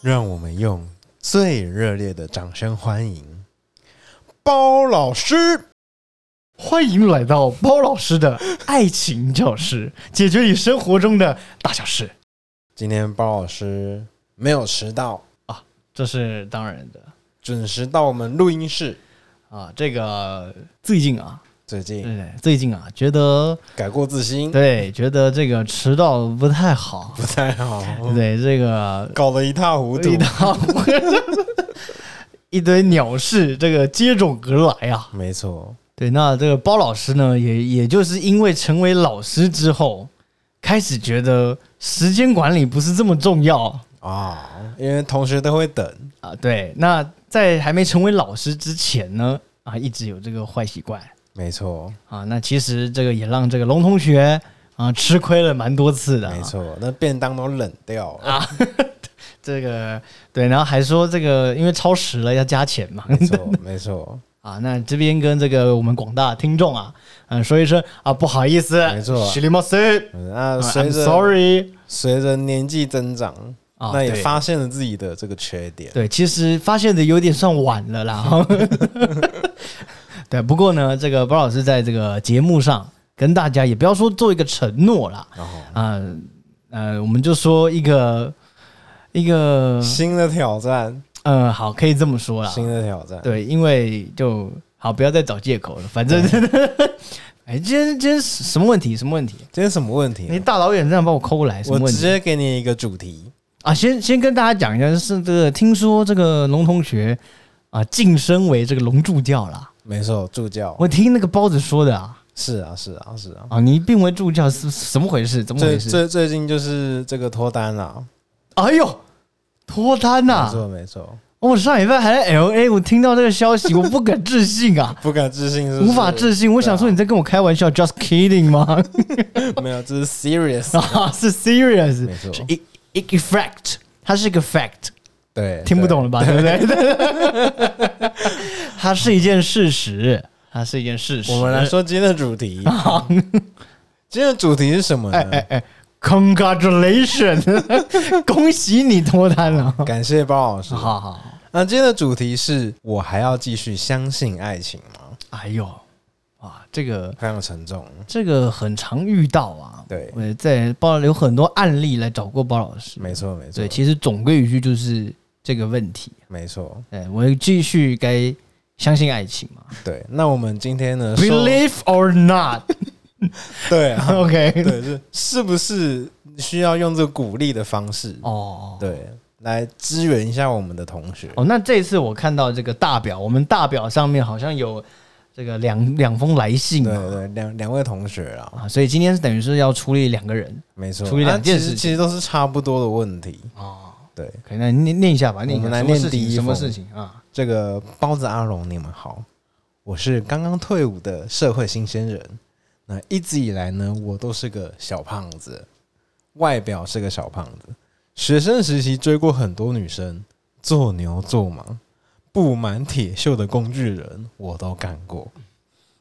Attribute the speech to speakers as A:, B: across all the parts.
A: 让我们用最热烈的掌声欢迎包老师。
B: 欢迎来到包老师的爱情教室，解决你生活中的大小事。
A: 今天包老师没有迟到，
B: 这是当然的
A: 准时到我们录音室。
B: 啊。这个最近啊，
A: 最近
B: 对，最近啊，觉得
A: 改过自新，
B: 对，觉得这个迟到不太好。
A: 不太 好，
B: 对，这个
A: 搞得一塌糊涂
B: 一。到一堆鸟事，这个接踵而来啊。
A: 没错，
B: 对，那这个包老师呢，也也就是因为成为老师之后，开始觉得时间管理不是这么重要。
A: 啊，因为同学都会等，
B: 啊，对，那在还没成为老师之前呢，啊，一直有这个坏习惯
A: 没错，
B: 啊，那其实这个也让这个龙同学啊吃亏了蛮多次的、啊
A: 没，错，那便当都冷掉 了，
B: 这个对，然后还说这个因为超时了要加钱 嘛，
A: 没错，没错，
B: 啊，那这边跟这个我们广大听众啊，嗯、说一声啊，不好意思，
A: 没错
B: 徐立茂斯
A: 嗯那随
B: 啊，I'm
A: 着
B: sorry
A: 随着年纪增长，
B: 啊，
A: 那也
B: 对
A: 发现了自己的这个缺点，
B: 对，其实发现的有点算晚了啦。 对，不过呢，这个包老师在这个节目上跟大家也不要说做一个承诺啦，
A: 然后
B: 啊、呃，我们就说一个一个，
A: 新的挑战，
B: 呃，好，可以这么说啦。
A: 新的挑战，
B: 对，因为就好，不要再找借口了，反正。 哎，今天今天什么问题？什么问题？
A: 今天什么问题
B: 你
A: 呢？
B: 大老远这样把我抠来，哎什么
A: 我
B: 问
A: 直
B: 题
A: 接给你一个主题，
B: 啊？先先跟大家讲一下，是这个听说这个龙同学啊晋升为这个龙助教啦。
A: 没错，助教
B: 我听那个包子说的啊，
A: 是啊，是啊，是啊。
B: 啊，你并为助教是是怎么回事？怎么
A: 最
B: 回事？
A: 最最近就是这个脱单啦，
B: 哎呦，脱单呐、
A: 没错没错，
B: 我、上礼拜还在 L A，我听到这个 消息，我不敢置信啊，
A: 不敢置信是啊不是
B: 无法置信。我想说你在跟我开玩笑、j u s t kidding 吗？
A: 没有，这是 serious，
B: 啊，是 serious，
A: 没错
B: 是 e e fact，它是一个 fact，
A: 对，
B: 听不
A: 对
B: 懂了吧？对不对？ 它是一件事实，它是一件事实。
A: 我们来说今天的主题。今天的主题是什么呢？
B: 啊哎哎哎，Congratulations，恭 喜你脱单了！
A: 感谢包老师。
B: 好好好，
A: 那今天的主题是我还要继续相信爱情吗？
B: 哎呦，哇，这个
A: 非常沉重。
B: 这个很常遇到啊。
A: 对
B: 我在包有很多案例来找过包老师。
A: 没错，没错
B: 对，，其实总归一句就是这个问题。
A: 没错。
B: 哎，我继续该相信爱情嘛
A: 对，那我们今天呢？说
B: ，Believe or not，OK，、，
A: 对啊对是是不是需要用这个鼓励的方式？
B: 哦。
A: 对，来支援一下我们的同学。
B: 哦，那这次我看到这个大表，我们大表上面好像有这个两两封来信
A: 对
B: 嘛
A: 对，两两位同学啊，
B: 啊，所以今天等于是要处理两个人
A: 没错，
B: 处理
A: 啊
B: 两件
A: 其
B: 事
A: 实
B: 情
A: 其实都是差不多的问题。
B: 哦。
A: 对，
B: 可以，那你念念一下吧，念一
A: 啊我
B: 下
A: 们来
B: 什么
A: 念
B: 事情
A: 第一
B: 什么
A: 封
B: 事情啊？
A: 这个包子阿龙，你们好，我是刚刚退伍的社会新鲜人。那一直以来呢，我都是个小胖子，外表是个小胖子。学生时期追过很多女生，做牛做马，布满铁锈的工具人我都干过，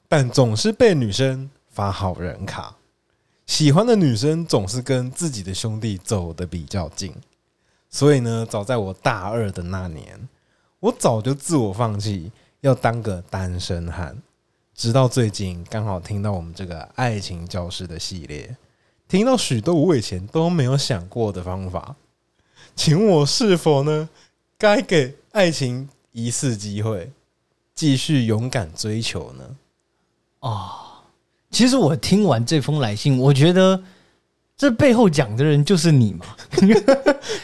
A: 但总是被女生发好人卡。喜欢的女生总是跟自己的兄弟走得比较近，所以呢，早在我大二的那年，我早就自我放弃，要当个单身汉。直到最近，刚好听到我们这个爱情教室的系列，听到许多我以前都没有想过的方法，请我是否呢？该给爱情一次机会，继续勇敢追求呢？
B: 其实我听完这封来信，我觉得这背后讲的人就是 你嘛。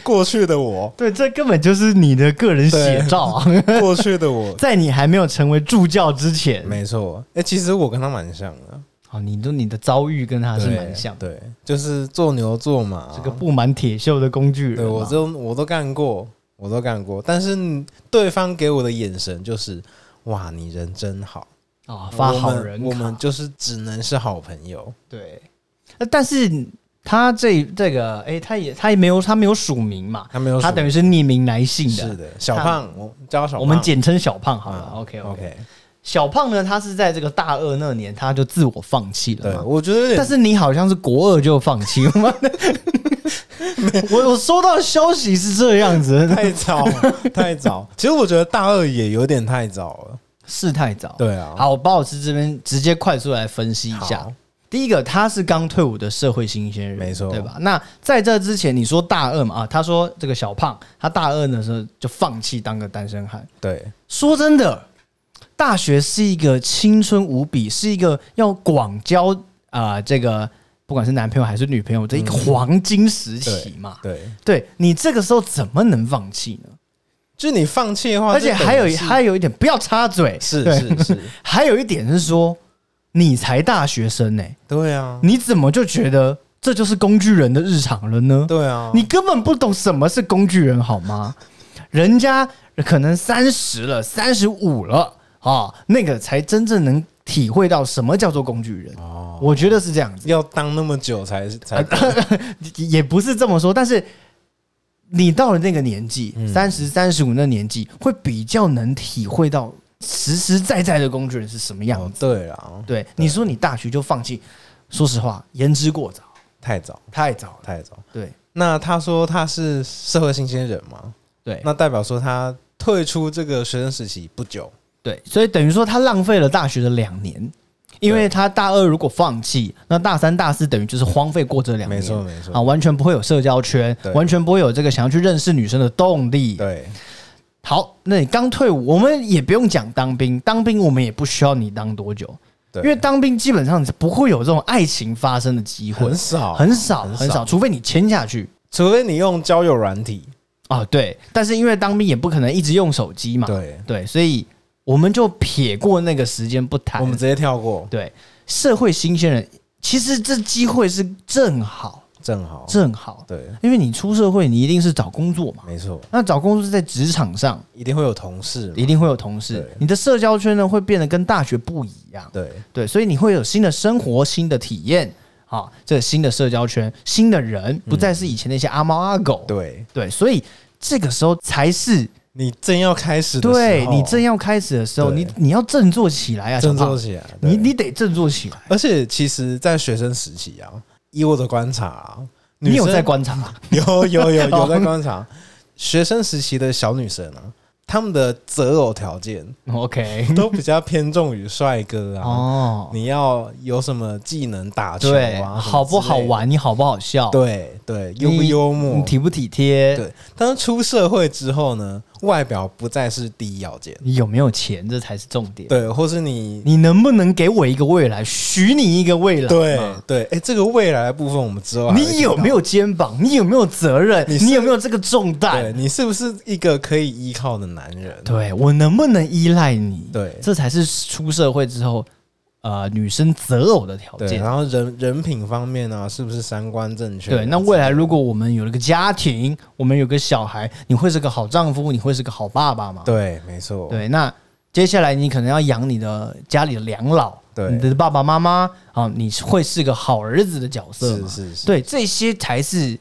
A: 过去的 我，
B: 对，这根本就是你的个人写照啊！
A: 过去的我，
B: 在你还没有成为助教之前，
A: 没错。哎、其实我跟他蛮像的，
B: 哦，你都你的遭遇跟啊他是
A: 对
B: 蛮像的，
A: 对，就是做牛做马，
B: 这个布满铁锈的工具人嘛。
A: 对我都我都干过，我都干过，但是你对方给我的眼神就是哇，你人真好，
B: 啊、发好人卡
A: 我们，我们就是只能是好朋友。
B: 对。呃但是他这这个，哎，他也他也没有他没有署名嘛，
A: 他没有什么，
B: 他等于是匿名来信
A: 是
B: 的，
A: 的，小胖，我叫他小胖，
B: 我们简称小胖好了。
A: 嗯
B: OK OK，
A: OK，
B: 小胖呢，他是在这个大二那年他就自我放弃了
A: 对，
B: 嘛。
A: 我觉得有点
B: 但是你好像是国二就放弃了 吗？我我收到消息是这样子，
A: 太早，太早。其实我觉得大二也有点太早了。
B: 是太早。
A: 对啊，
B: 好，包老师这边直接快速来分析一下
A: 好。
B: 第一个，他是刚退伍的社会新鲜人，
A: 没错
B: 对吧？那在这之前，你说大二嘛啊，他说这个小胖，他大二的时候就放弃当个单身汉。
A: 对，
B: 说真的，大学是一个青春无比，是一个要广交啊、呃这个不管是男朋友还是女朋友的一个
A: 嗯
B: 黄金时期嘛。
A: 对，
B: 对你这个时候怎么能放弃呢？
A: 就你放弃的话，
B: 而且还有
A: 就等于啊是
B: 还有一点，不要插嘴，
A: 是
B: 对
A: 是是，
B: 还有一点是说，你才大学生呢、
A: 对啊，
B: 你怎么就觉得这就是工具人的日常了呢？
A: 对啊，
B: 你根本不懂什么是工具人，好吗？人家可能三十了，三十五了啊，那个才真正能体会到什么叫做工具人。
A: 哦，
B: 我觉得是这样子，
A: 要当那么久才
B: 啊
A: 才
B: 也不是这么说，但是你到了那个年纪，三十三十五那年纪，会比较能体会到实实在在的工具人是什么样子
A: 哦，。对啊，
B: 对，你说你大学就放弃，说实话，言之过早，
A: 太早
B: 太早了。
A: 太早。
B: 对
A: 那他说他是社会新鲜人嘛，
B: 对
A: 那代表说他退出这个学生时期不久，
B: 对，所以等于说他浪费了大学的两年，因为他大二如果放弃，那大三、大四等于就是荒废过这两年，
A: 没错没错
B: 啊，完全不会有社交圈
A: 对，
B: 完全不会有这个想要去认识女生的动力。
A: 对，
B: 好，那你刚退伍，我们也不用讲当兵，当兵我们也不需要你当多久，
A: 对
B: 因为当兵基本上不会有这种爱情发生的机会，
A: 很少
B: 很少
A: 很
B: 很
A: 少
B: 少，除非你签下去。
A: 除非你用交友软体，
B: 哦，对，但是因为当兵也不可能一直用手机嘛，
A: 对，
B: 所以我们就撇过那个时间不谈。
A: 我们直接跳过，
B: 对社会新鲜人，其实这机会是正好
A: 正好，
B: 正好，
A: 对，
B: 因为你出社会，你一定是找工作嘛，
A: 没错，
B: 那找工作是在职场上，
A: 一定会有同事嘛，
B: 一定会有同事
A: 对，
B: 你的社交圈呢会变得跟大学不一样，
A: 对。
B: 对，所以你会有新的生活、新的体验。啊，这新的社交圈、新的人，不再是以前那些阿猫阿狗。
A: 嗯对
B: 对，所以这个时候才是
A: 你正要开始的时候，
B: 对你正要开始的时候，
A: 对
B: 你你要振作起来啊，
A: 振
B: 小胖
A: 作起来，对
B: 你你得振作起来。
A: 而且其实，在学生时期啊，以我的观察、啊，女
B: 你有
A: 生
B: 在观察 吗？
A: 有有有有
B: 哦
A: 在观察学生时期的小女生啊，她们的择偶条 件
B: ？OK，
A: 都比较偏重于帅哥啊，
B: 哦，
A: 你要有什么技能打球
B: 对，
A: 啊，
B: 好不好玩？你好不好笑？
A: 什么之类的？对对，
B: 你，
A: 幽不幽默
B: 你？体不体贴？
A: 对，但是出社会之后呢，外表不再是第一要件，
B: 你有没有钱？这才是重点。
A: 对，或是你
B: 你能不能给我一个未来？许你一个未来。
A: 对
B: 嘛
A: 对，哎、这个未来的部分我们之啊后还会
B: 啊你有没有肩膀？你有没有责任？
A: 你
B: 你
A: 是
B: 有没有这个重
A: 提到对
B: 担？
A: 你是不是一个可以依靠的男人？
B: 对我能不能依赖你？
A: 对
B: 这才是出社会之后，呃，女生择偶的条
A: 对，
B: 件。
A: 然后人人品方面呢、啊，是不是三观正确啊？
B: 对，那未来如果我们有了个家庭，我们有个小孩，你会是个好丈夫，你会是个好爸爸吗？
A: 对，没错，
B: 对那接下来你可能要养你的家里的两老，
A: 对
B: 你的爸爸妈妈啊，你会是个好儿子的角色
A: 是
B: 吗？
A: 是是，
B: 对，这些才是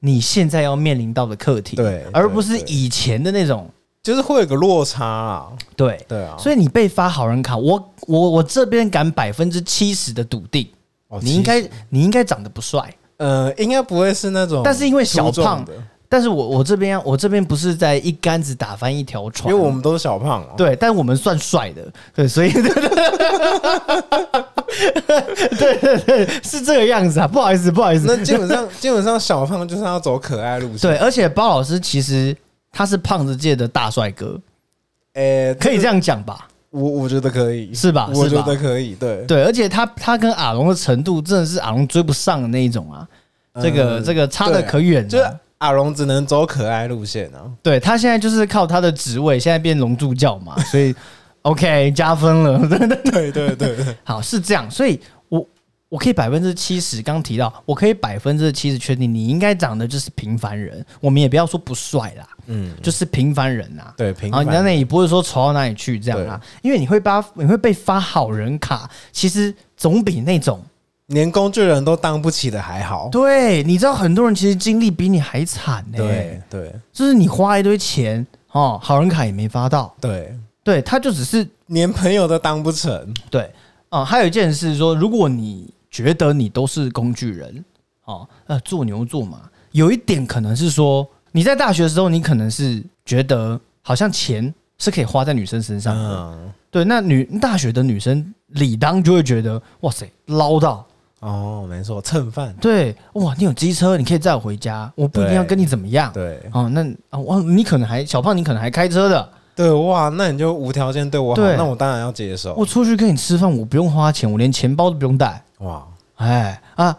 B: 你现在要面临到的课题，
A: 对
B: 而不是
A: 对对
B: 以前的那种
A: 就是会有个落差啊。
B: 对。
A: 对啊，
B: 所以你被发好人卡，我我我这边敢百分之七十的笃定，
A: 哦
B: 你
A: 其
B: 应
A: 实
B: 该你应该长得不帅，
A: 呃，应该不会是那种，
B: 但是因为小胖
A: 的，
B: 但是我我这边啊我这边不是在一竿子打翻一条
A: 因为
B: 船，
A: 我们都是小胖啊。
B: 对，但我们算帅的，对，所 以对对对，是这个样子啊，不好意思，不好意思，
A: 那基本上 基本上小胖就是要走可爱路线。
B: 对，，而且包老师其实他是胖子界的大帅哥，
A: 诶、
B: 可以这样讲吧？
A: 我我觉得可以，
B: 是吧
A: 我
B: 是
A: 觉
B: 吧
A: 得可以，对，
B: 对，而且他他跟阿龙的程度真的是阿龙追不上的那一种啊，这个、
A: 嗯
B: 这个差
A: 对
B: 的可远
A: 就是
B: 了。
A: 阿荣只能走可爱路线 啊。
B: 对他现在就是靠他的职位，现在变龙助教嘛，所以 OK 加分了。
A: 对对对对，
B: 好，是这样，所以我我可以百分之七十，刚提到，我可以百分之七十确定，你应该长得就是平凡人，我们也不要说不帅啦，
A: 嗯，
B: 就是平凡人呐、啊。
A: 对，平
B: 然后
A: 凡
B: 你在那里不会说丑到哪里去这样啊，因为你会发你会被发好人卡，其实总比那种
A: 连工具人都当不起的还好。
B: 对，你知道很多人其实经历比你还惨呢、
A: 对对
B: 就是你花一堆钱哦，好人卡也没发到，
A: 对，
B: 对他就只是
A: 连朋友都当不成，
B: 对，啊、还有一件事是说，如果你觉得你都是工具人，哦，呃，做牛做马，有一点可能是说，你在大学的时候，你可能是觉得好像钱是可以花在女生身上的，
A: 嗯，
B: 对，那女大学的女生理当就会觉得，哇塞，唠叨，
A: 哦，没错，蹭饭，
B: 对，哇，你有机车，你可以载我回家，我不一定要跟你怎么样，
A: 对
B: 哦，那啊，哇，你可能还小胖，你可能还开车的，
A: 对，哇，那你就无条件对我好，
B: 对
A: 那我当然要接受
B: 我，出去跟你吃饭，我不用花钱，我连钱包都不用带。
A: 哇
B: 哎啊，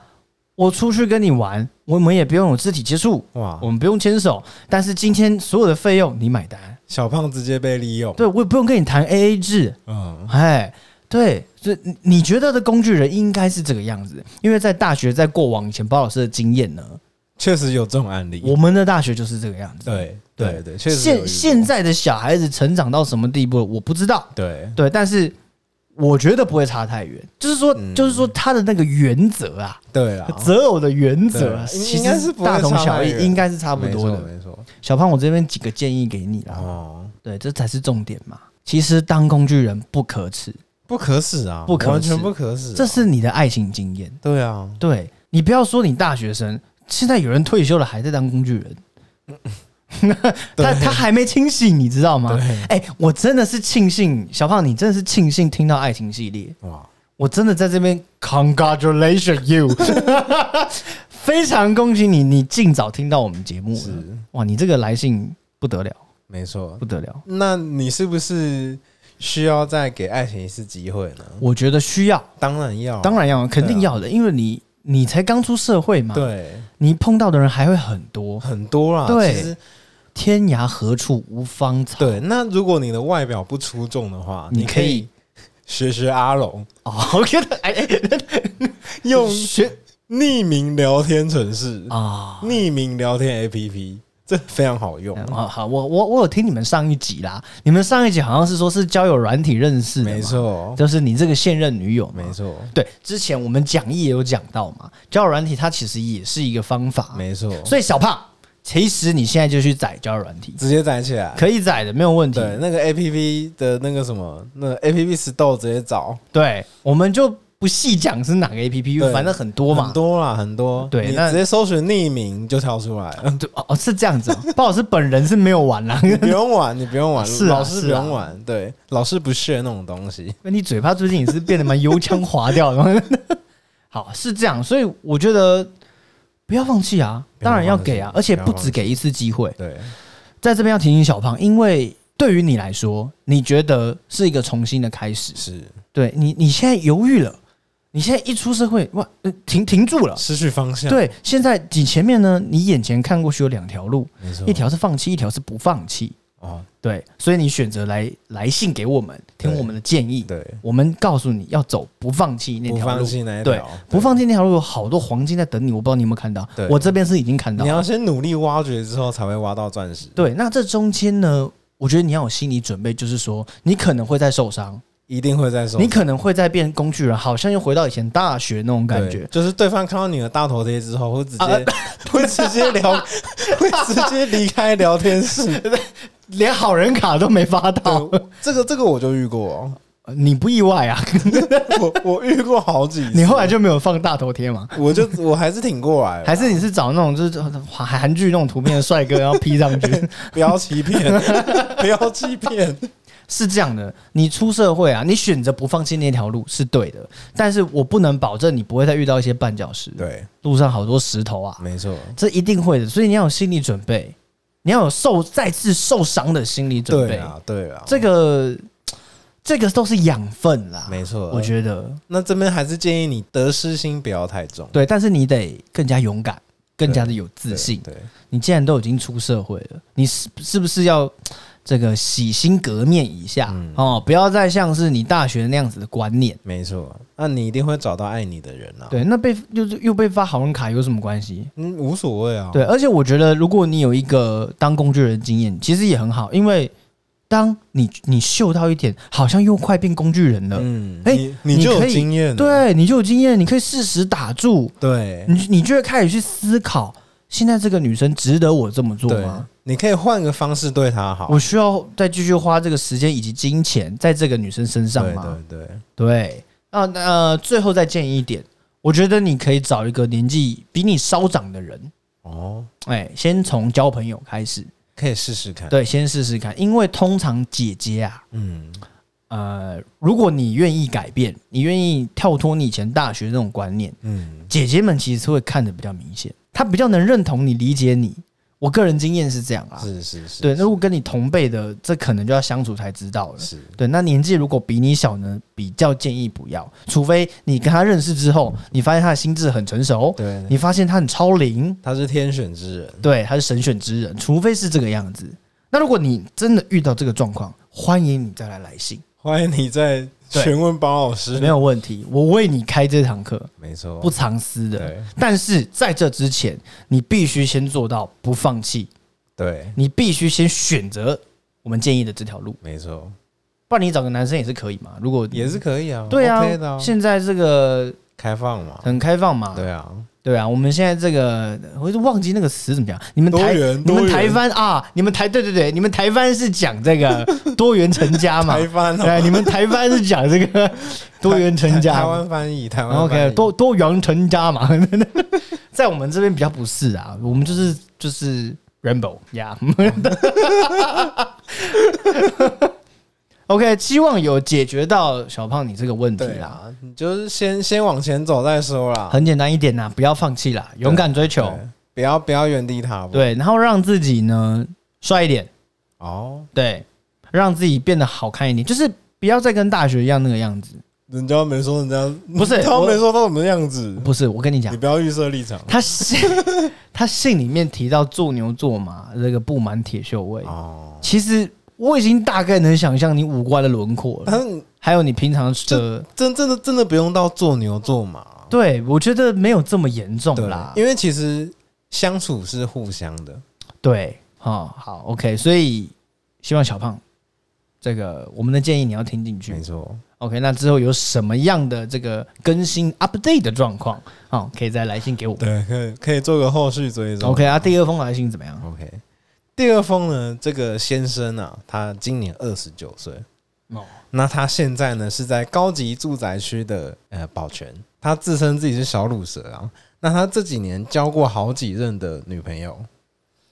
B: 我出去跟你玩，我们也不用有肢体接触，
A: 哇
B: 我，们不用牵手，但是今天所有的费用你买单，
A: 小胖直接被利用，
B: 对我也不用跟你谈 A A 制，
A: 嗯，
B: 哎，对，所以你你觉得的工具人应该是这个样子，因为在大学，在过往以前包老师的经验
A: 嗯
B: 呢，
A: 确实有这种案例，
B: 我们的大学就是这个样子。
A: 对对对，确实有遇
B: 现
A: 过
B: 现在的小孩子成长到什么地步，我不知道，
A: 对
B: 对，但是。我觉得不会差太远，就是说，
A: 嗯
B: 就是说他的那个原则啊，
A: 对啦，
B: 择偶的原则啊，
A: 对
B: 其
A: 应该
B: 实
A: 是不会
B: 大同
A: 差
B: 小
A: 太
B: 异，
A: 远
B: 应该是 差不
A: 没
B: 多
A: 错
B: 的。
A: 没错，
B: 小胖，我这边几个建议给你啦，
A: 哦，
B: 对，这才是重点嘛。其实当工具人不可耻，
A: 不可耻啊，
B: 不可
A: 完全
B: 耻
A: 不可耻啊，
B: 这是你的爱情经验。
A: 对啊，
B: 对你不要说你大学生，现在有人退休了还在当工具人， 他他还没清醒，你知道吗？哎、我真的是庆幸，小胖，你真的是庆幸听到爱情系列。
A: 哇，
B: 我真的在这边 congratulation you，非常恭喜你，你尽早听到我们节目
A: 是
B: 了。哇，你这个来信不得了，
A: 没错
B: 不。得了！
A: 那你是不是需要再给爱情一次机会呢？
B: 我觉得需要，
A: 当然要，
B: 当然要，肯定要的，因为你你才刚出社会嘛，
A: 对，
B: 你碰到的人还会很多。
A: 很多啦。
B: 对
A: 其实
B: 天涯何处无芳草，
A: 对。那如果你的外表不出众的话，
B: 你
A: 你
B: 可
A: 可
B: 以
A: 以学学阿龙，
B: 哦， 我觉得哎哎
A: 用
B: 学
A: 匿名聊天程式、
B: 啊。
A: 匿名聊天 APP，这非常好用。
B: 啊，好，我我我有听你们上一集啦，你们上一集好像是说是交友软体认识的，
A: 没，错，
B: 就是你这个现任女友嘛，
A: 没错，
B: 对，之前我们讲义也有讲到嘛，交友软体它其实也是一个方法，
A: 没错。
B: 所以小胖，其实你现在就去载交友软体，
A: 直接载起来，
B: 可以载的，没有问题。
A: 对那个 APP 的那个什么，那 APP store 直接找，
B: 对我们就不细讲是哪个 A P P，因为
A: 对
B: 反正很多嘛。
A: 很多啦，很多。
B: 对
A: 你
B: 那
A: 直接搜寻匿名就跳出来 了，
B: 对哦，哦是这样子、哦。鲍老师本人是没有玩 啦，
A: 你不用玩，你不用玩，
B: 是啊
A: 老师
B: 是啊
A: 不用玩，对，老师不屑那种东西。
B: 你嘴巴最近也是变得蛮油腔滑调的。 好，是这样，所以我觉得不要放弃啊，
A: 不要
B: 当然要
A: 放弃
B: 给啊，而且
A: 不要
B: 不
A: 放
B: 只给一次机会。
A: 对，
B: 在这边要提醒小胖，因为对于你来说，你觉得是一个重新的开始，
A: 是
B: 对你，你现在犹豫了，你现在一出社会，哇，呃停停住了。
A: 失去方向，，
B: 对，现在你前面呢，你眼前看过去有两条路，
A: 没错，
B: 一条是放弃，一条是不放弃。
A: 哦，
B: 对，所以你选择来来信给我们，听
A: 对
B: 我们的建议，
A: 对，
B: 我们告诉你要走不放弃那
A: 不
B: 条
A: 放
B: 路。
A: 弃那一
B: 对
A: 条，
B: 不放弃那条路有好多黄金在等你，我不知道你有没有看到
A: 对，
B: 我这边是已经看到
A: 你
B: 了。
A: 要先努力挖掘之后，才会挖到钻石，
B: 对，那这中间呢，我觉得你要有心理准备，就是说你可能会再受伤，
A: 一定会再说。
B: 你可能会再变工具人，好像又回到以前大学那种感
A: 对
B: 觉。
A: 就是对方看到你的大头贴之后，会直接、
B: 啊
A: 会直接聊， 会直接离开聊天室。
B: 连好人卡都没发到，
A: 对，这个这个我就遇过， 哦
B: 你不意 外啊？
A: 我我遇过好几次。
B: 你后来就没有放大头贴吗？
A: 我就我还是挺过来了，
B: 还是你是找那种就是韩韩剧那种图片的帅哥，然后 P 上 去？
A: 不要欺骗， 不要欺骗。
B: 是这样的，你出社会啊，你选择不放弃那条路是对的，但是我不能保证你不会再遇到一些绊脚石。
A: 对，
B: 路上好多石头啊，
A: 没错，
B: 这一定会的，所以你要有心理准备，你要有受再次受伤的心理准
A: 对
B: 备。
A: 啊，对啊，
B: 这个这个都是养分啦，
A: 没错。
B: 我觉得
A: 那这边还是建议你得失心不要太重，
B: 对，但是你得更加勇敢，更加的有自
A: 对
B: 信。
A: 对，
B: 你既然都已经出社会了，你是是不是要这个洗心革面一下、
A: 嗯
B: 哦？不要再像是你大学那样子的观念。
A: 没错。那你一定会找到爱你的人啊。，
B: 对，那被又是又被发好人卡有什么关系？
A: 嗯，无所谓啊。
B: 对，而且我觉得，如果你有一个当工具人的经验，其实也很好，因为当你你嗅到一点，好像又快变工具人了，
A: 嗯，
B: 哎
A: 你你就
B: 你
A: 有
B: 可以啊
A: 经验了，
B: 对你就有经验，你可以适时打住，
A: 对
B: 你你就会开始去思考现在这个女生值得我这么做
A: 对
B: 吗？，
A: 你可以换个方式对她好。
B: 我需要再继续花这个时间以及金钱在这个女生身上
A: 对
B: 吗？
A: 对对，
B: 对，那那、呃最后再建议一点，我觉得你可以找一个年纪比你稍长的人，
A: 哦，
B: 哎，先从交朋友开始，
A: 可以试试看。
B: 对，先试试看，因为通常姐姐啊，
A: 嗯，
B: 呃，如果你愿意改变，你愿意跳脱你以前大学那种观念，
A: 嗯
B: 姐姐们其实会看得比较明显，她比较能认同你、理解你。我个人经验是这样啊，
A: 是是是，
B: 对，那如果跟你同辈的，这可能就要相处才知道了。
A: 是
B: 对，那年纪如果比你小呢，比较建议不要，除非你跟他认识之后，你发现他的心智很成熟，
A: 对，
B: 你发现他很超龄，
A: 他是天选之人，
B: 对，他是神选之人，除非是这个样子。那如果你真的遇到这个状况，欢迎你再来来信，
A: 欢迎你在
B: 对
A: 询问包老师。
B: 没有问题，我为你开这堂课，
A: 没错，
B: 不藏私的。
A: 哦对
B: 但是在这之前，你必须先做到不放弃，
A: 对，
B: 你必须先选择我们建议的这条路，
A: 没错，
B: 不然你找个男生也是可以嘛。如果
A: 也是可以啊，
B: 对啊
A: OK 的啊
B: 现在这个
A: 开放嘛，
B: 很开放嘛，
A: 对啊，
B: 对啊，我们现在这个我就忘记那个词怎么讲，你们
A: 多
B: 台
A: 元
B: 你们
A: 多元
B: 台湾啊，你们台对对对，你们台湾是讲 这个多元成家嘛
A: 台，翻哦，
B: 对，你们台湾是讲这 个多元成
A: 台台
B: 家嘛
A: 湾翻译，台湾翻
B: ，OK，
A: 译
B: 多多元成家嘛， 在我们这边比较不是啊，我们就是就是 rainbow 呀、OK，希望有解决到小胖你这个问题
A: 对
B: 啦。
A: 啊，你就是先先往前走再说啦，
B: 很简单一点呐，不要放弃啦，勇敢追求。
A: 对，不要不要原地踏步，
B: 对，然后让自己呢帅一点，
A: 哦，
B: 对，让自己变得好看一点，就是不要再跟大学一样那个样子。
A: 人家没说人家
B: 不是
A: 他
B: 我
A: 没说到什么样子，
B: 不是，我跟你讲
A: 你，不要啊预设立场
B: 他信 他信里面提到做牛做马，这个布满铁锈味。
A: 哦。
B: 其实我已经大概能想象你五官的轮廓了，
A: 但是
B: 还有你平常的。
A: 真真的真的不用到做牛做马，
B: 对，我觉得没有这么严重
A: 对
B: 啦。
A: 因为其实相处是互相的，
B: 对，哦，好，OK，所以希望小胖这个我们的建议你要听进去
A: 没。错。
B: OK，那之后有什么样的这个更新 update 的状况啊、哦可以再来信给我们。
A: 对，可以可以做个后续追踪。
B: OK 啊，第二封来信怎么样？
A: OK，第二封呢，这个先生啊，他今年二十九岁，
B: 哦，
A: 那他现在呢是在高级住宅区的呃保全，他自称自己是小乳蛇啊。那他这几年交过好几任的女朋友，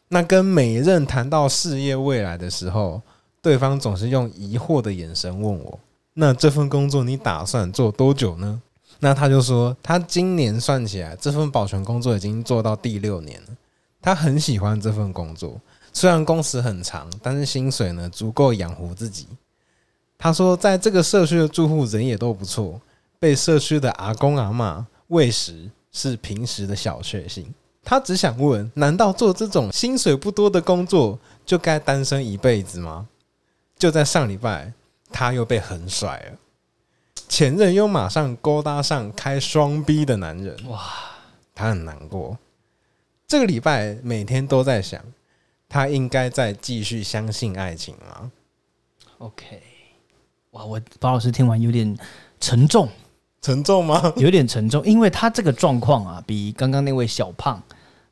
A: 那跟每一任谈到事业未来的时候，对方总是用疑惑的眼神问我：“那这份工作你打算做多久呢？”那他就说，他今年算起来，这份保全工作已经做到第六年了。他很喜欢这份工作，虽然工时很长，但是薪水呢足够养活自己。他说，在这个社区的住户人也都不错，被社区的阿公阿嬷喂食是平时的小确幸。他只想问：难道做这种薪水不多的工作就该单身一辈子吗？就在上礼拜，他又被横甩了，前任又马上勾搭上开双逼的男人。哇，他很难过。这个礼拜每天都在想，他应该再继续相信爱情吗？
B: OK，哇，我包老师听完有点沉重，
A: 沉重吗？
B: 有点沉重，因为他这个状况啊，比刚刚那位小胖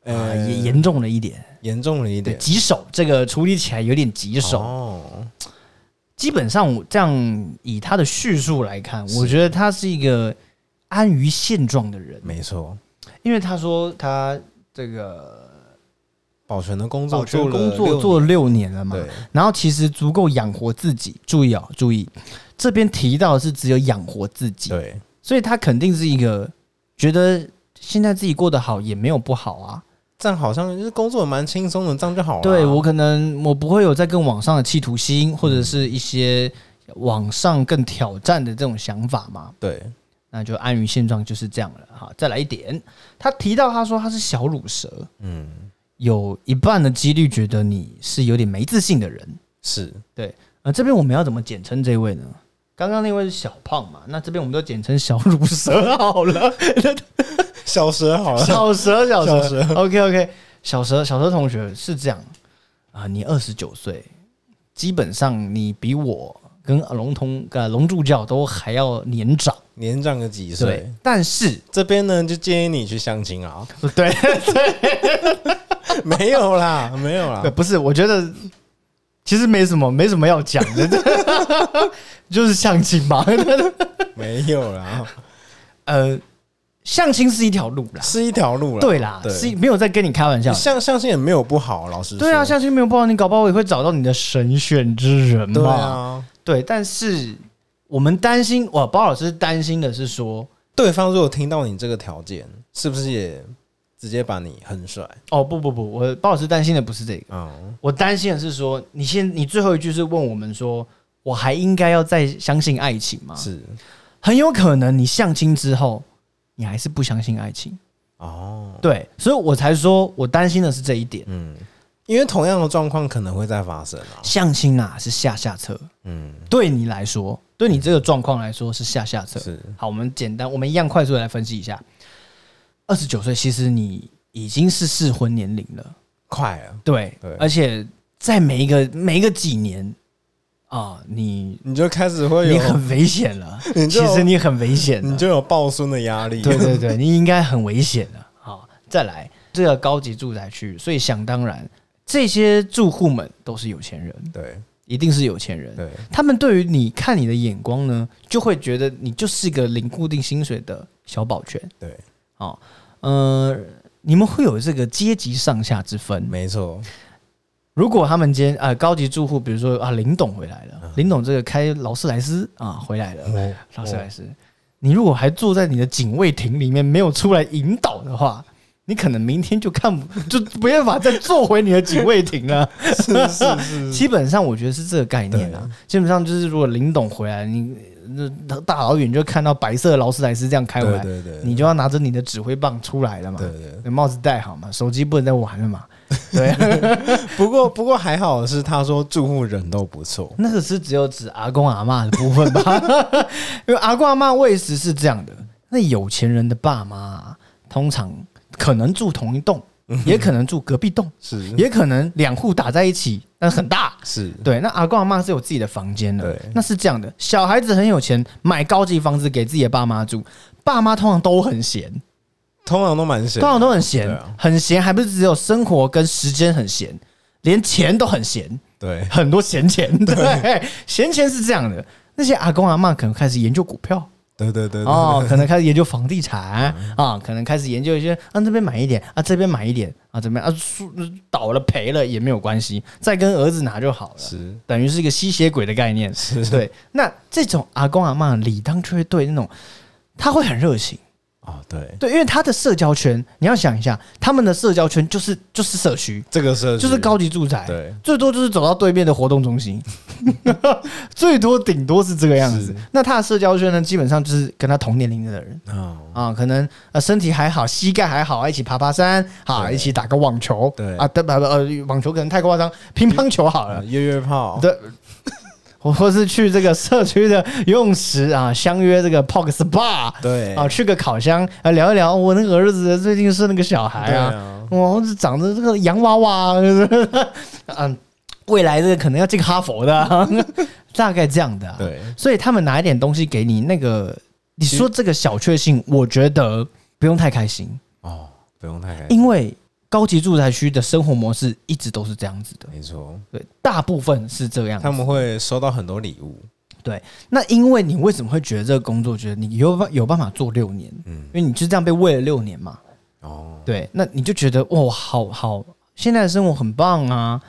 B: 啊、也严重了一点，
A: 呃严重了一
B: 对，
A: 点，
B: 棘手，这个处理起来有点棘手。
A: 哦，
B: 基本上我这样以他的叙述来看，我觉得他是一个安于现状的人，
A: 没错，
B: 因为他说他这个
A: 保全的工作
B: 保全
A: 做了
B: 工作
A: 六
B: 做
A: 年
B: 了六年了嘛，
A: 对
B: 然后其实足够养活自己。注意哦，注意，这边提到的是只有养活自己，
A: 对
B: 所以他肯定是一个觉得现在自己过得好也没有不好啊。
A: 这样好像就是工作蛮轻松的，这样就好了。
B: 对我可能我不会有在更往上的企图心，或者是一些往上更挑战的这种想法嘛。
A: 对
B: 那就安于现状就是这样了哈。再来一点，他提到他说他是小乳蛇，
A: 嗯
B: 有一半的几率觉得你是有点没自信的人。
A: 是
B: 呃，这边我们要怎么简称这位呢？刚刚那位是小胖嘛，那这边我们就简称小乳蛇好了，
A: 小蛇 好了，
B: 小蛇，小蛇
A: 小蛇
B: o k OK，小蛇，小蛇同学是这样啊、你二十九岁，基本上你比我跟龙同呃龙助教都还要年长，
A: 年长个几
B: 对
A: 岁。，
B: 但是
A: 这边呢，就建议你去相亲啊，
B: 对
A: 没有啦， 没有啦
B: 对，， 不是，我觉得其实没什么没什么要讲的， 就是相亲嘛，
A: 没有啦，
B: 呃，相亲是一条路啦，
A: 是一条路啦。
B: 对啦，
A: 对
B: 是一没有在跟你开玩笑的，
A: 相相亲也没有不好，老师。
B: 对啊，相亲没有不好，你搞不好也会找到你的神选之人
A: 对
B: 嘛，
A: 啊，
B: 对，但是我们担心，哇，包老师担心的是说，
A: 对方如果听到你这个条件，是不是也直接把你很甩？
B: 哦，不不不，我包老师担心的不是这个，
A: 嗯，
B: 我担心的是说，你先，你最后一句是问我们说，我还应该要再相信爱情吗？
A: 是
B: 很有可能你相亲之后，你还是不相信爱情，
A: 哦，
B: 对，所以我才说我担心的是这一点。
A: 嗯，因为同样的状况可能会再发生啊。
B: 相亲啊是下下策，
A: 嗯，
B: 对你来说，对你这个状况来说是下下策。
A: 是
B: 好，我们简单，我们一样快速的来分析一下。二十九岁，其实你已经是适婚年龄了，
A: 快啊了，
B: 对，
A: 对
B: 而且在每一个每一个几年啊，你
A: 你就开始会
B: 你
A: 有，
B: 很啊危险了，
A: 哎你就
B: 其实你很危险
A: 你
B: 了，
A: 就有抱孙的压力。啊
B: 对对对，你应该很危险了。好，再来这个高级住宅区，所以想当然，这些住户们都是有钱人，
A: 对
B: 一定是有钱人，
A: 对，
B: 他们对于你看你的眼光呢，就会觉得你就是一个领固定薪水的小保全。
A: 对，
B: 哦，呃，你们会有这个阶级上下之分。
A: 没错，
B: 如果他们今天呃高级住户，比如说啊林董回来
A: 嗯
B: 了，林董这个开劳斯莱斯啊回来了，
A: 哦
B: 劳斯莱斯，你如果还坐在你的警卫亭里面没有出来引导的话。你可能明天就看不 就没办法再坐回你的警卫亭了。
A: 是是是，
B: 基本上我觉得是这个概念啊。基本上就是如果林董回来，你呃那大老远就看到白色的劳斯莱斯这样开回
A: 对
B: 来，
A: 对对，
B: 你就要拿着你的指挥棒出来了嘛。
A: 对对。
B: 帽子戴好嘛，手机不能再玩了嘛。对，
A: 不过不过还好的是，他说住户人都不错，
B: 那个是只有指阿公阿妈的部分吧， 因为阿公阿妈喂食是这样的。那有钱人的爸妈啊、通常可能住同一栋，
A: 嗯
B: 也可能住隔壁栋，
A: 是
B: 也可能两户打在一起，但是很大。
A: 是，
B: 对，那阿公阿妈是有自己的房间的
A: 对，
B: 那是这样的，小孩子很有钱，买高级房子给自己的爸妈住，爸妈通常都很闲，
A: 通常都蛮闲
B: 通，常都很闲，
A: 对啊
B: 很闲，还不是只有生活跟时间很闲，连钱都很闲，
A: 对，
B: 很多闲钱。对，闲钱是这样的，那些阿公阿妈可能开始研究股票。
A: 对对嗯对对，
B: 哦，可能开始研究房地产啊、可能开始研究一些啊这边买一点啊这边买一点啊怎么样啊输倒了赔了也没有关系，再跟儿子拿就好了，
A: 是
B: 等于是一个吸血鬼的概念。
A: 是，
B: 对，那这种阿公阿妈理当就会对那种他会很热情，
A: 哦，对，
B: 对，因为他的社交圈，你要想一下，他们的社交圈就是就是社区，
A: 这个社区
B: 就是高级住宅，
A: 对
B: 最多就是走到对面的活动中心， 最多顶多是这个样子
A: 是。
B: 那他的社交圈呢，基本上就是跟他同年龄的人。
A: 哦，
B: 啊，可能呃身体还好，膝盖还好，啊一起爬爬山，啊，
A: 对
B: 一起打个网球，
A: 对
B: 啊，对不不呃，网球可能太夸张，乒乓球好
A: 啊
B: 了，
A: 约约炮，
B: 对，或或是去这个社区的游泳池啊，相约这个泡个 SPA，
A: 对
B: 啊，去个烤箱啊，聊一聊我那个儿子最近生了个小孩
A: 对
B: 啊，
A: 啊，
B: 我长得这个洋娃娃， 嗯，未来这个可能要进哈佛的 啊、大概这样的、啊，
A: 对，
B: 所以他们拿一点东西给你，那个你说这个小确幸，我觉得不用太开心，
A: 哦，不用太开心，
B: 因为高级住宅区的生活模式一直都是这样子的，
A: 没错，
B: 对，大部分是这样子
A: 他。们会收到很多礼物，
B: 那因为你为什么会觉得这个工作，觉得你有办有办法做六年？
A: 嗯
B: 因，为你就这样被喂了六年嘛，
A: 哦，
B: 对，那你就觉得哇，好好，现在的生活很棒啊。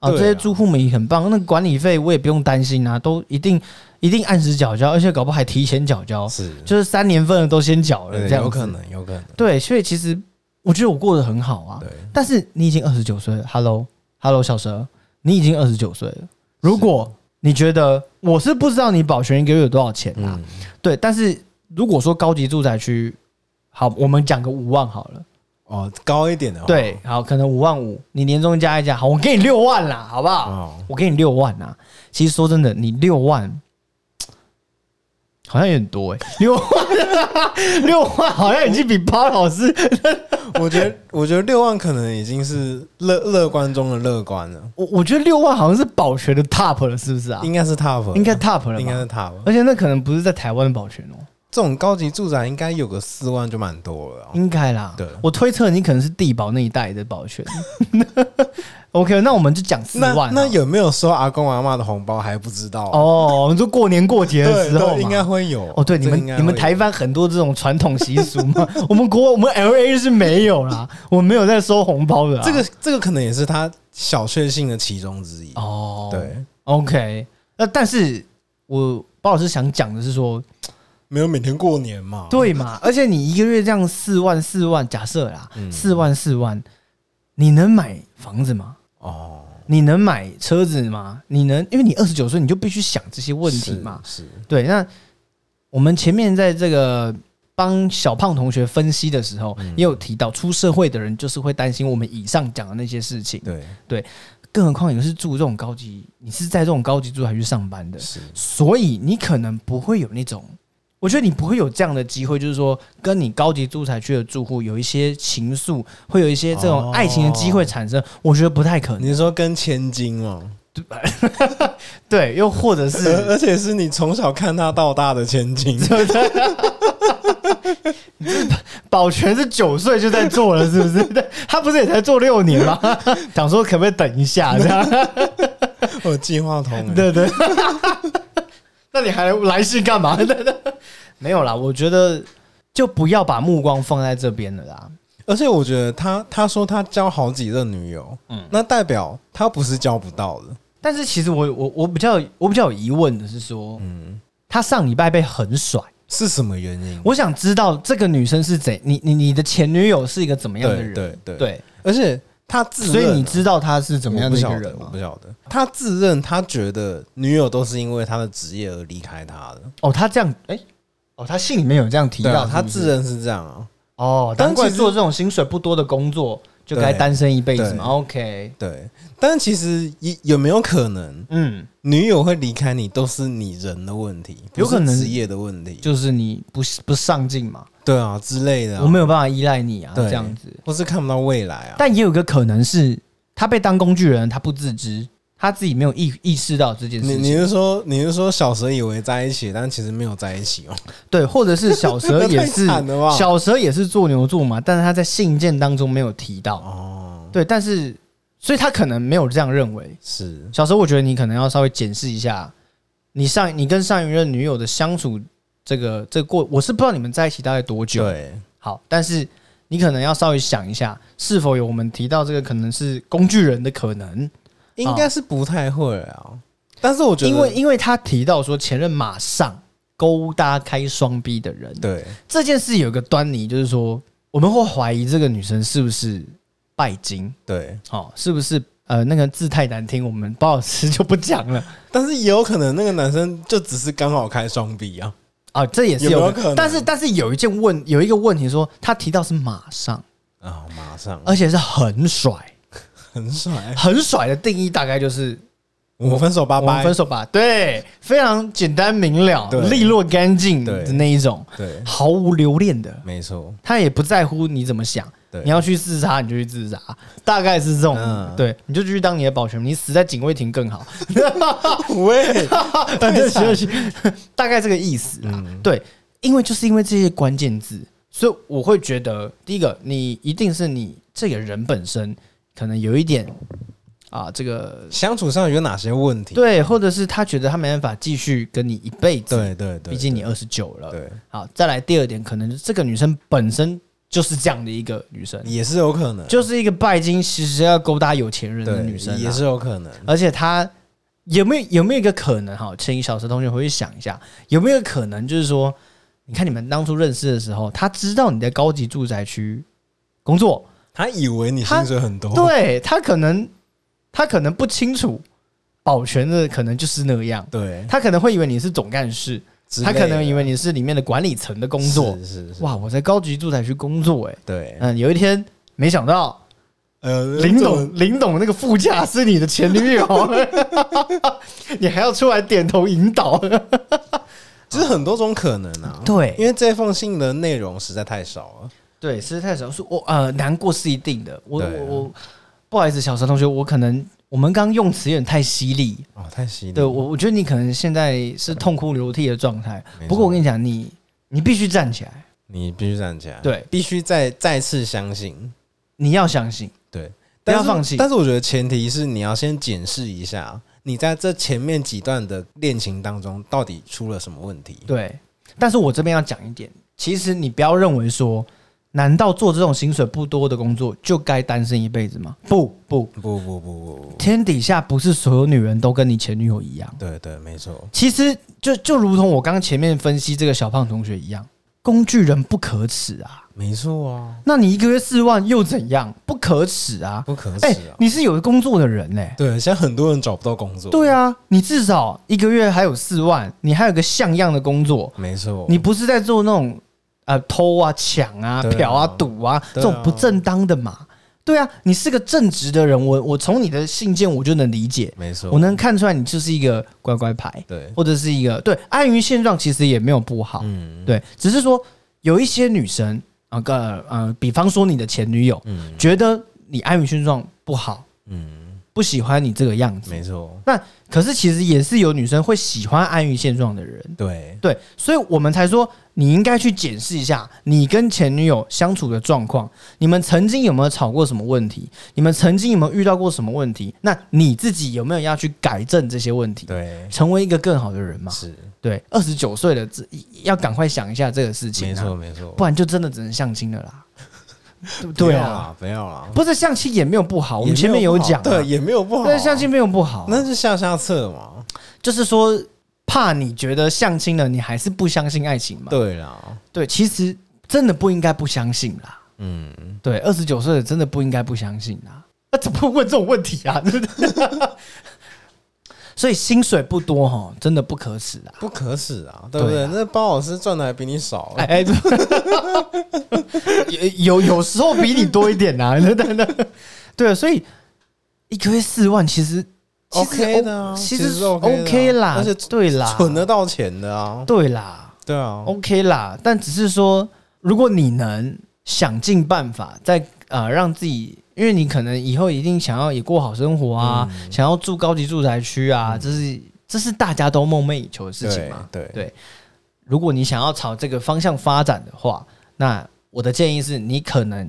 B: 啊，
A: 对
B: 这
A: 啊
B: 些住户们也很棒，那管理费我也不用担心啊，都一定一定按时缴交，而且搞不好还提前缴交，
A: 是，
B: 就是三年份的都先缴了，
A: 对
B: 这样
A: 有可
B: 子
A: 能，有可能，
B: 对，所以其实我觉得我过得很好啊。
A: 对，
B: 但是你已经二十九岁了，Hello Hello 小蛇，你已经二十九岁了。如果你觉得我是不知道你保全一个月有多少钱啊，
A: 嗯，
B: 对，但是如果说高级住宅区，好，我们讲个五万好了，
A: 哦，高一点的话，
B: 对，好，可能五万五，你年终加一加，好，我给你六万啦，好不好？
A: 哦，
B: 我给你六万啊。其实说真的，你六万，好像也很多哎、 六万，六万 好像已经比包老师
A: 我觉得，我觉得六万可能已经是乐乐观中的乐观了，
B: 我我觉得六万好像是保全的 top 了，是不是啊？
A: 应该是 top，
B: 应该 top 了，
A: 应该是。top。
B: 而且那可能不是在台湾的保全哦、
A: 这种高级住宅应该有个四万就蛮多了啊、
B: 应该啦。
A: 对
B: 我推测你可能是地保那一带的保 全。OK，那我们就讲四
A: 那
B: 万啊好了。
A: 那有没有收阿公阿妈的红包还不知道、啊？
B: 哦，我们说过年过节
A: 对，
B: 的时候
A: 对
B: 嘛
A: 应该会有
B: 哦，对，你
A: 这
B: 们
A: 应该
B: 你们
A: 会
B: 台湾很多这种传统习俗嘛， 我们国我们 L A 是没有啦，我们没有在收红包的啊、
A: 有这个这个可能也是他小确幸的其中之一。
B: 哦，
A: 对，
B: ，OK，那但是我包老师想讲的是说，
A: 哦没有每天过年嘛？
B: 对嘛？而且你一个月这样四万四万，假设啦，
A: 嗯
B: 四万四万，你能买房子吗？
A: 哦，
B: 你能买车子吗？你能？因为你二十九岁，你就必须想这些问题嘛。
A: 是是
B: 对，那我们前面在这个帮小胖同学分析的时候，也有提到，出社会的人就是会担心我们以上讲的那些事情，
A: 对，
B: 更何况你是住这种高级，你是在这种高级住宅去上班的，
A: 是
B: 所以你可能不会有那种，我觉得你不会有这样的机会，就是说跟你高级住宅区的住户有一些情愫，会有一些这种
A: 哦
B: 爱情的机会产生，我觉得不太可能。
A: 你是说跟千金哦，
B: 对，又或者是
A: 而而且是你从小看他到大的千金，
B: 保全是九岁就在做了，是不是？ 他不是也才做六年吗？ 想说可不可以等一下这样？
A: 我计划通欸了。
B: 对 对。那你还来信干嘛？ 没有啦，我觉得就不要把目光放在这边了啦。
A: 而且我觉得他他说他交好几任女友，
B: 嗯
A: 那代表他不是交不到的，
B: 但是其实我我我比较我比较有疑问的是说，
A: 嗯，
B: 他上礼拜被横甩，
A: 是什么原因？
B: 我想知道这个女生是怎你你你的前女友是一个怎么样的
A: 对
B: 人？
A: 对对，
B: 对
A: 而且他自认啊，
B: 所以你知道她是怎么样的一
A: 我
B: 个
A: 不晓得
B: 人
A: 我
B: 吗
A: 不？晓得，他自认他觉得女友都是因为他的职业而离开他的，
B: 哦，他这样哎、哦，他信里面有这样提
A: 对啊，
B: 到，是不
A: 他
B: 是
A: 自认是这样啊，
B: 哦，
A: 但
B: 难怪
A: 其实
B: 做这种薪水不多的工作就该单身一辈子嘛。
A: 对
B: OK，
A: 对。但其实也有没有可能
B: 嗯，
A: 女友会离开你，都是你人的问题，
B: 有可能
A: 不是职业的问题，
B: 就是你不不上进嘛，
A: 对啊之类的、啊，
B: 我没有办法依赖你啊，
A: 对
B: 这样子。
A: 或是看不到未来啊。
B: 但也有一个可能是，他被当工具人，他不自知，他自己没有意意识到这件
A: 你
B: 事
A: 你
B: 情。
A: 是说你是说小蛇以为在一起，但其实没有在一起哦？
B: 对，或者是小蛇
A: 那太
B: 也是
A: 惨了吧
B: 小蛇也是做牛做马，但是他在信件当中没有提到。
A: 哦，
B: 对，但是所以他可能没有这样认为。
A: 是
B: 小时候，我觉得你可能要稍微检视一下，你上你跟上一任女友的相处，这个这个过，我是不知道你们在一起大概多久。
A: 对
B: 好，但是你可能要稍微想一下，是否有我们提到这个可能是工具人的可能，
A: 应该是不太会啊。但是我觉得，
B: 因为因为他提到说前任马上勾搭开双逼的人，
A: 对
B: 这件事有一个端倪，就是说我们会怀疑这个女生是不是拜金，
A: 对，
B: 哦，是不是呃那个字太难听，我们包老师就不讲了。
A: 但是也有可能那个男生就只是刚好开双臂啊。
B: 啊，这也是
A: 有没有
B: 可
A: 可能
B: 但是但是有一件问有一个问题说，他提到是马上，
A: 啊、
B: 哦
A: 马上
B: 而且是很甩，
A: 很帅，
B: 很甩的定义大概就是
A: 我们分手拜
B: 我们
A: 拜
B: 分。手吧，对，非常简单明了
A: 对、
B: 利落干净
A: 对
B: 的那一种，
A: 对，
B: 毫无留恋的，
A: 没错，
B: 他也不在乎你怎么想。
A: 对
B: 你要去自杀，你就去自杀，大概是这种，
A: 嗯
B: 对，你就继续当你的保全，你死在警卫亭更好。
A: 喂，
B: 但是其实 大概这个意思啦。
A: 嗯
B: 对，因为就是因为这些关键字，所以我会觉得，第一个，你一定是你这个人本身可能有一点啊，这个
A: 相处上有哪些问题？
B: 对，或者是他觉得他没办法继续跟你一辈子，
A: 对对对，
B: 毕竟你二十九了。
A: 对
B: 好，再来第二点，可能这个女生本身就是这样的一个女生，
A: 也是有可能，
B: 呃就是一个拜金，其实要勾搭有钱人的
A: 对
B: 女生啊，
A: 也是有可能。
B: 而且他有没有有没有一个可能哈？请小石同学回去想一下，有没有可能就是说，你看你们当初认识的时候，他知道你在高级住宅区工作，
A: 他以为你
B: 他
A: 薪水很多，
B: 对他可能他可能不清楚保全的可能就是那样，
A: 对，
B: 他可能会以为你是总干事，
A: 之
B: 他
A: 类
B: 可能以
A: 的
B: 为你是里面的管理层的工作。
A: 是是是，
B: 哇，我在高级住宅区工作、欸，
A: 对，
B: 嗯，有一天没想到
A: 呃，
B: 林
A: 这种
B: 董，林董那个副驾是你 的前女友，你还要出来点头引导。
A: 就是很多种可能啊。
B: 对
A: 因为这封信的内容实在太少了。
B: 对，实在太少。是我呃，难过是一定的。我
A: 对啊
B: 我我，不好意思，小陈同学，我可能我们刚用词有点太犀利。
A: 哦，太犀利。
B: 对我，我觉得你可能现在是痛哭流涕的状态
A: 没。错
B: 不过我跟你讲，你你必须站起来，
A: 你必须站起来，
B: 对
A: 必须再再次相信，
B: 你要相信。
A: 对，
B: 不要
A: 但是
B: 放弃
A: 但是我觉得前提是你要先检视一下，你在这前面几段的恋情当中到底出了什么问题。
B: 对，但是我这边要讲一点，其实你不要认为说，难道做这种薪水不多的工作就该单身一辈子吗？不不，
A: 不不不不不，
B: 天底下不是所有女人都跟你前女友一样。
A: 对对，没错，
B: 其实就就如同我刚前面分析这个小胖同学一样，工具人不可耻啊。
A: 没错啊，
B: 那你一个月四万又怎样？不可耻啊！
A: 不可
B: 哎、
A: 耻啊。
B: 你是有工作的人嘞、
A: 对，现在很多人找不到工作，，
B: 对啊，你至少一个月还有四万，你还有个像样的工作，
A: 没错，
B: 你不是在做那种呃偷啊、抢啊、
A: 对啊
B: 嫖啊、赌啊这
A: 对啊
B: 种不正当的嘛？对啊，你是个正直的人，我我从你的信件我就能理解，
A: 没错，
B: 我能看出来你就是一个乖乖牌，
A: 对，
B: 或者是一个对安于现状，其实也没有不好，
A: 嗯
B: 对，只是说有一些女生啊个呃，比方说你的前女友
A: 嗯
B: 觉得你安于现状不好，
A: 嗯，
B: 不喜欢你这个样子，
A: 没错，
B: 那可是其实也是有女生会喜欢安于现状的人，
A: 对，
B: 对，所以我们才说你应该去检视一下你跟前女友相处的状况，你们曾经有没有吵过什么问题？你们曾经有没有遇到过什么问题？那你自己有没有要去改正这些问题，
A: 对，
B: 成为一个更好的人嘛？
A: 是，
B: 对，二十九岁了，这要赶快想一下这个事情、
A: 没错，，没错，
B: 啊不然就真的只能相亲了 啦。对
A: 不
B: 对
A: 要
B: 啊，
A: 啦，不要啦，
B: 不是相亲也没有不好，我
A: 也
B: 们前面
A: 没不好
B: 讲、啊，
A: 对，，也没有不好，
B: 但是相亲没有不好啊、
A: 那是下下策嘛，
B: 就是说，怕你觉得相亲了，你还是不相信爱情嘛？
A: 对啦，
B: 对，其实真的不应该不相信啦。
A: 嗯，
B: 对，二十九岁的真的不应该不相信啦。 那、怎么会问这种问题啊？ 对不对？所以薪水不多哈，真的不可耻啦。
A: 不可耻啊，对不
B: 对
A: 对？
B: 啊
A: 那包老师赚的还比你少，啊
B: 哎哎，对 有有有时候比你多一点呐、啊， 等等，对，所以一个月四万其实其实哦
A: OK 的啊其
B: 其
A: 实
B: 实
A: 是 OK 的啊
B: OK 啦，
A: 而且
B: 对啦，哦
A: 存得到钱的啊，
B: 对啦，
A: 对啊，
B: OK 啦，但只是说，如果你能想尽办法在，呃让自己，因为你可能以后一定想要也过好生活啊，
A: 嗯
B: 想要住高级住宅区啊，这是这是大家都梦寐以求的事情
A: 对
B: 嘛。
A: 对
B: 对如果你想要朝这个方向发展的话，那我的建议是你可能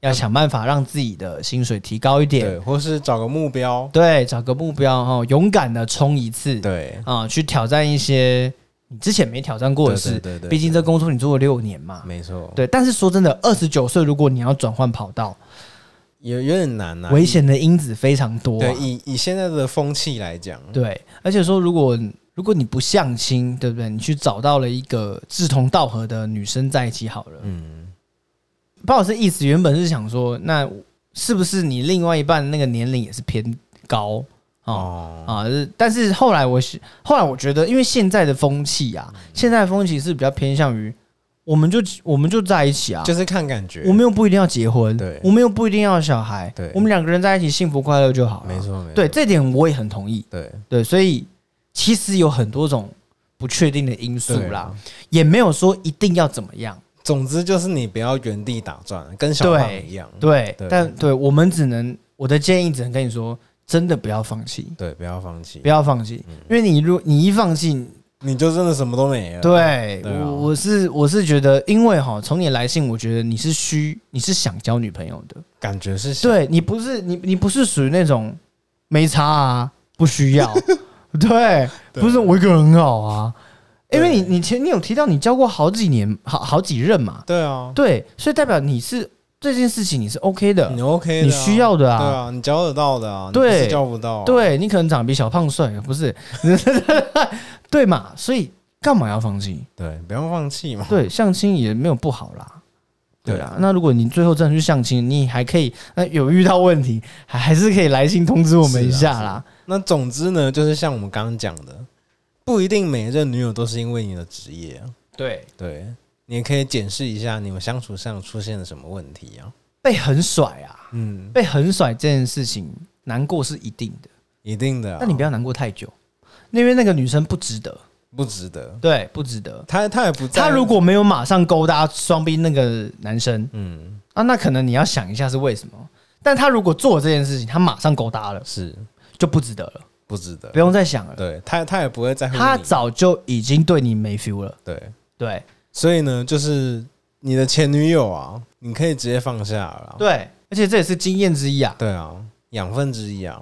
B: 要想办法让自己的薪水提高一点，
A: 对，或是找个目标，
B: 对，找个目标哦，勇敢的冲一次，
A: 对，
B: 啊、去挑战一些你之前没挑战过的
A: 对对
B: 事
A: 对对。
B: 毕竟这工作你做了六年嘛，
A: 没错，
B: 对，但是说真的，二十九岁如果你要转换跑道，
A: 有有点难呐，
B: 危险的因子非常多、
A: 对，
B: 啊。
A: 以以现在的风气来讲，
B: 对，而且说如果如果你不相亲，对不对？你去找到了一个志同道合的女生在一起好了。
A: 嗯，
B: 包老师意思原本是想说，那是不是你另外一半那个年龄也是偏高？
A: 哦，
B: 哦啊，是但是后来我是后来我觉得，因为现在的风气
A: 嗯
B: 啊，现在的风气是比较偏向于，我们就我们就在一起啊，
A: 就是看感觉，
B: 我们又不一定要结婚，
A: 对
B: 我们又不一定要小孩，
A: 对
B: 我们两个人在一起幸福快乐就好了。
A: 啊没，错，没错，
B: 对这点我也很同意。
A: 对
B: 对，所以其实有很多种不确定的因素
A: 对
B: 啦
A: 啊，
B: 也没有说一定要怎么样。
A: 总之就是你不要原地打转，跟小胖
B: 对
A: 一样，
B: 对，
A: 嗯对
B: 但对我们只能我的建议只能跟你说，真的不要放弃，
A: 对，不要放弃
B: 不，要放弃，
A: 嗯
B: 因为你如你一放弃，
A: 你就真的什么都没了，
B: 对
A: 对啊
B: 我我是我是觉得，因为哈，从你来信，我觉得你是虚，你是想交女朋友的。
A: 感觉是想
B: 对你不是你你不是属于那种没差啊，不需要，对，不是我一个人很好啊，因为你
A: 对
B: 你前你有提到你教过好几年好好几任嘛，
A: 对啊，
B: 对，所以代表你是这件事情你是 OK 的，
A: 你 OK，的啊
B: 你需要的
A: 对
B: 啊，
A: 啊，你交得到的啊，你
B: 对
A: 不是交不到啊，
B: 对你可能长得比小胖帅，不是， 对嘛，所以干嘛要放弃？
A: 对，不要放弃嘛，
B: 对，相亲也没有不好啦。对
A: 对
B: 啊，那如果你最后真的去相亲，你还可以，那有遇到问题，还还是可以来信通知我们一
A: 是啊
B: 下
A: 是
B: 啦。
A: 啊那总之呢，就是像我们刚刚讲的，不一定每一任女友都是因为你的职业啊，
B: 对，
A: 对，你也可以检视一下你们相处上出现了什么问题啊，
B: 被狠甩啊，
A: 嗯，
B: 被狠甩这件事情，难过是一定的，
A: 一定的啊，
B: 但你不要难过太久，因为那个女生不值得。
A: 不值得。
B: 对，不值得。
A: 他他也不在，
B: 他如果没有马上勾搭双 B 那个男生
A: 嗯
B: 啊，那可能你要想一下是为什么。但他如果做了这件事情，他马上勾搭了，
A: 是
B: 就不值得了，
A: 不值得
B: 不，用再想了。
A: 对他他也不会在乎
B: 他
A: 你
B: 早就已经对你没 feel 了。
A: 对，
B: 对
A: 所以呢，就是你的前女友啊，你可以直接放下了啊。
B: 对，而且这也是经验之一啊，
A: 对啊，养分之一啊，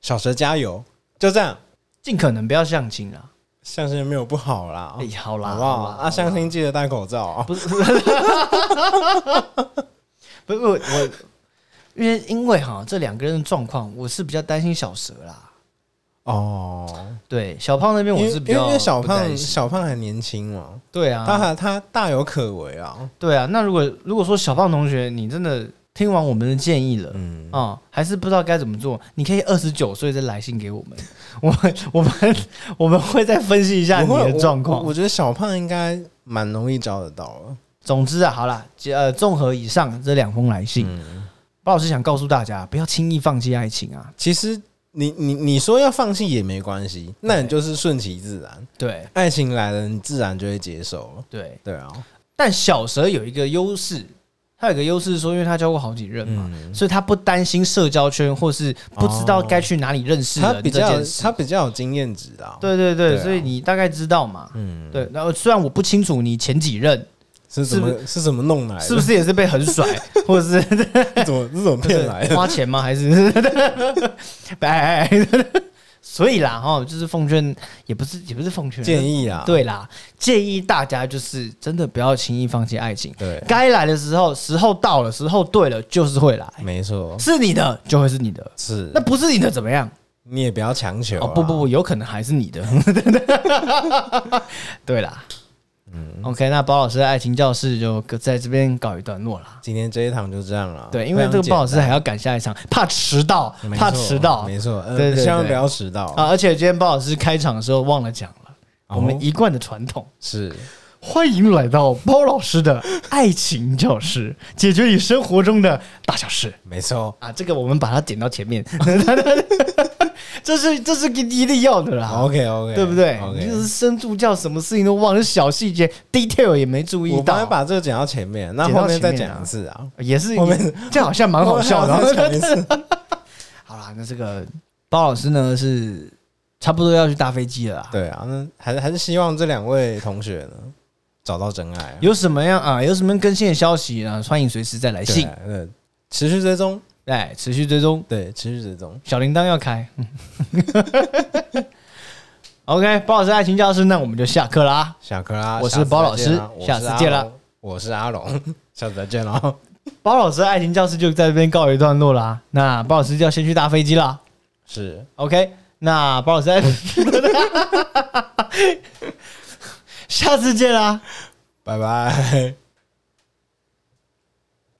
A: 小蛇加油，就这样，
B: 尽可能不要相亲啦。
A: 相亲也没有不好啦，
B: 哎，好啦，
A: 哦好不好？
B: 啦
A: 啊，相亲记得戴口罩啊。
B: 不是，不是我我，因为因为哈这两个人的状况，我是比较担心小蛇啦。
A: 哦，
B: 对，小胖那边
A: 因为
B: 我是比较
A: 因为小
B: 不担
A: 胖
B: 心
A: 小胖还年轻嘛，
B: 对
A: 他
B: 啊，
A: 还他大有可为啊。
B: 对啊。那如果如果说小胖同学，你真的听完我们的建议了，
A: 嗯，
B: 啊、还是不知道该怎么做，你可以二十九岁再来信给我们，我们我们我们会再分析一下你
A: 不会
B: 的状
A: 我我
B: 况。
A: 我觉得小胖应该蛮容易找得到的。
B: 总之啊，好啦，呃，综合以上这两封来信，
A: 嗯
B: 包老师想告诉大家，不要轻易放弃爱情啊。
A: 其实你你你说要放弃也没关系，那你就是顺其自然，
B: 对
A: 爱情来了你自然就会接受了。
B: 对，
A: 对啊，
B: 但小蛇有一个优势，它有一个优势是说，因为它交过好几任嘛，
A: 嗯，
B: 所以他不担心社交圈或是不知道该去哪里认识
A: 他
B: 人
A: 比
B: 这
A: 较
B: 件事。
A: 他哦比较有经验值的、啊。，
B: 对对对，
A: 对啊
B: 所以你大概知道嘛。
A: 嗯，
B: 对，然后虽然我不清楚你前几任
A: 是怎么
B: 是
A: 是怎么弄来的？
B: 是不是也是被狠甩，或者是
A: 怎么是怎么骗来的？
B: 花钱吗？还是 哎哎 哎，所以啦哈，就是奉劝，也不是也不是奉劝，
A: 建议啊，
B: 对啦，建议大家就是真的不要轻易放弃爱情，
A: 对，
B: 该来的时候，时候到了，时候对了，就是会来，
A: 没错，
B: 是你的就会是你的，
A: 哦是
B: 那不是你的怎么样？
A: 你也不要强求、啊
B: 哦，不不不，，有可能还是你的。 对啦，嗯，OK，那包老师的爱情教室就在这边告一段落啦。
A: 今天这一堂就这样了。
B: 对，因为这个
A: 非
B: 包老
A: 常
B: 师还要赶下一场，怕迟到
A: 简单，，没
B: 怕
A: 错
B: 迟到
A: 没错，呃
B: 对对对
A: 希望不要迟到
B: 啊！而且今天包老师开场的时候忘了讲了，
A: 哦
B: 我们一贯的传统。
A: 是
B: 欢迎来到包老师的爱情教室，解决你生活中的大小事。
A: 没错。
B: 啊，这个我们把它点到前面， 这是这是一定要的啦。
A: OK OK，
B: 啊对不对？你就是
A: ？OK，
B: 深助教，什么事情都忘了，小细节 detail 也没注意
A: 我刚才
B: 到，
A: 把这个讲到前面，那
B: 剪到
A: 后面再
B: 前面啊
A: 讲一次啊。
B: 也是
A: 我们
B: 这样好像蛮好笑
A: 我还要再讲
B: 的。
A: 一次。
B: 好啦，那这个包老师呢是差不多要去搭飞机了啦。
A: 对啊，那还是还是希望这两位同学呢找到真爱、啊。
B: 有什么样啊？有什么样更新的消息呢？欢迎随时再来
A: 对
B: 信。
A: 啊对，持续追踪，
B: 哎，持续追踪，
A: 对，持续追踪。
B: 小铃铛要 开。嗯 OK，包老师爱情教室，那我们就下课啦。
A: 小克拉，
B: 我是
A: 下次
B: 包
A: 再
B: 老
A: 见
B: 师
A: 啊我
B: 下
A: 是
B: 次
A: 阿
B: 见
A: 龙
B: 啦
A: 我是阿龙， 下次再见喽，
B: 包老师的爱情教室就在这边告一段落啦。那包老师就要先去搭飞机啦。
A: 是
B: OK，那包老师在， 下次见啦。
A: 拜拜。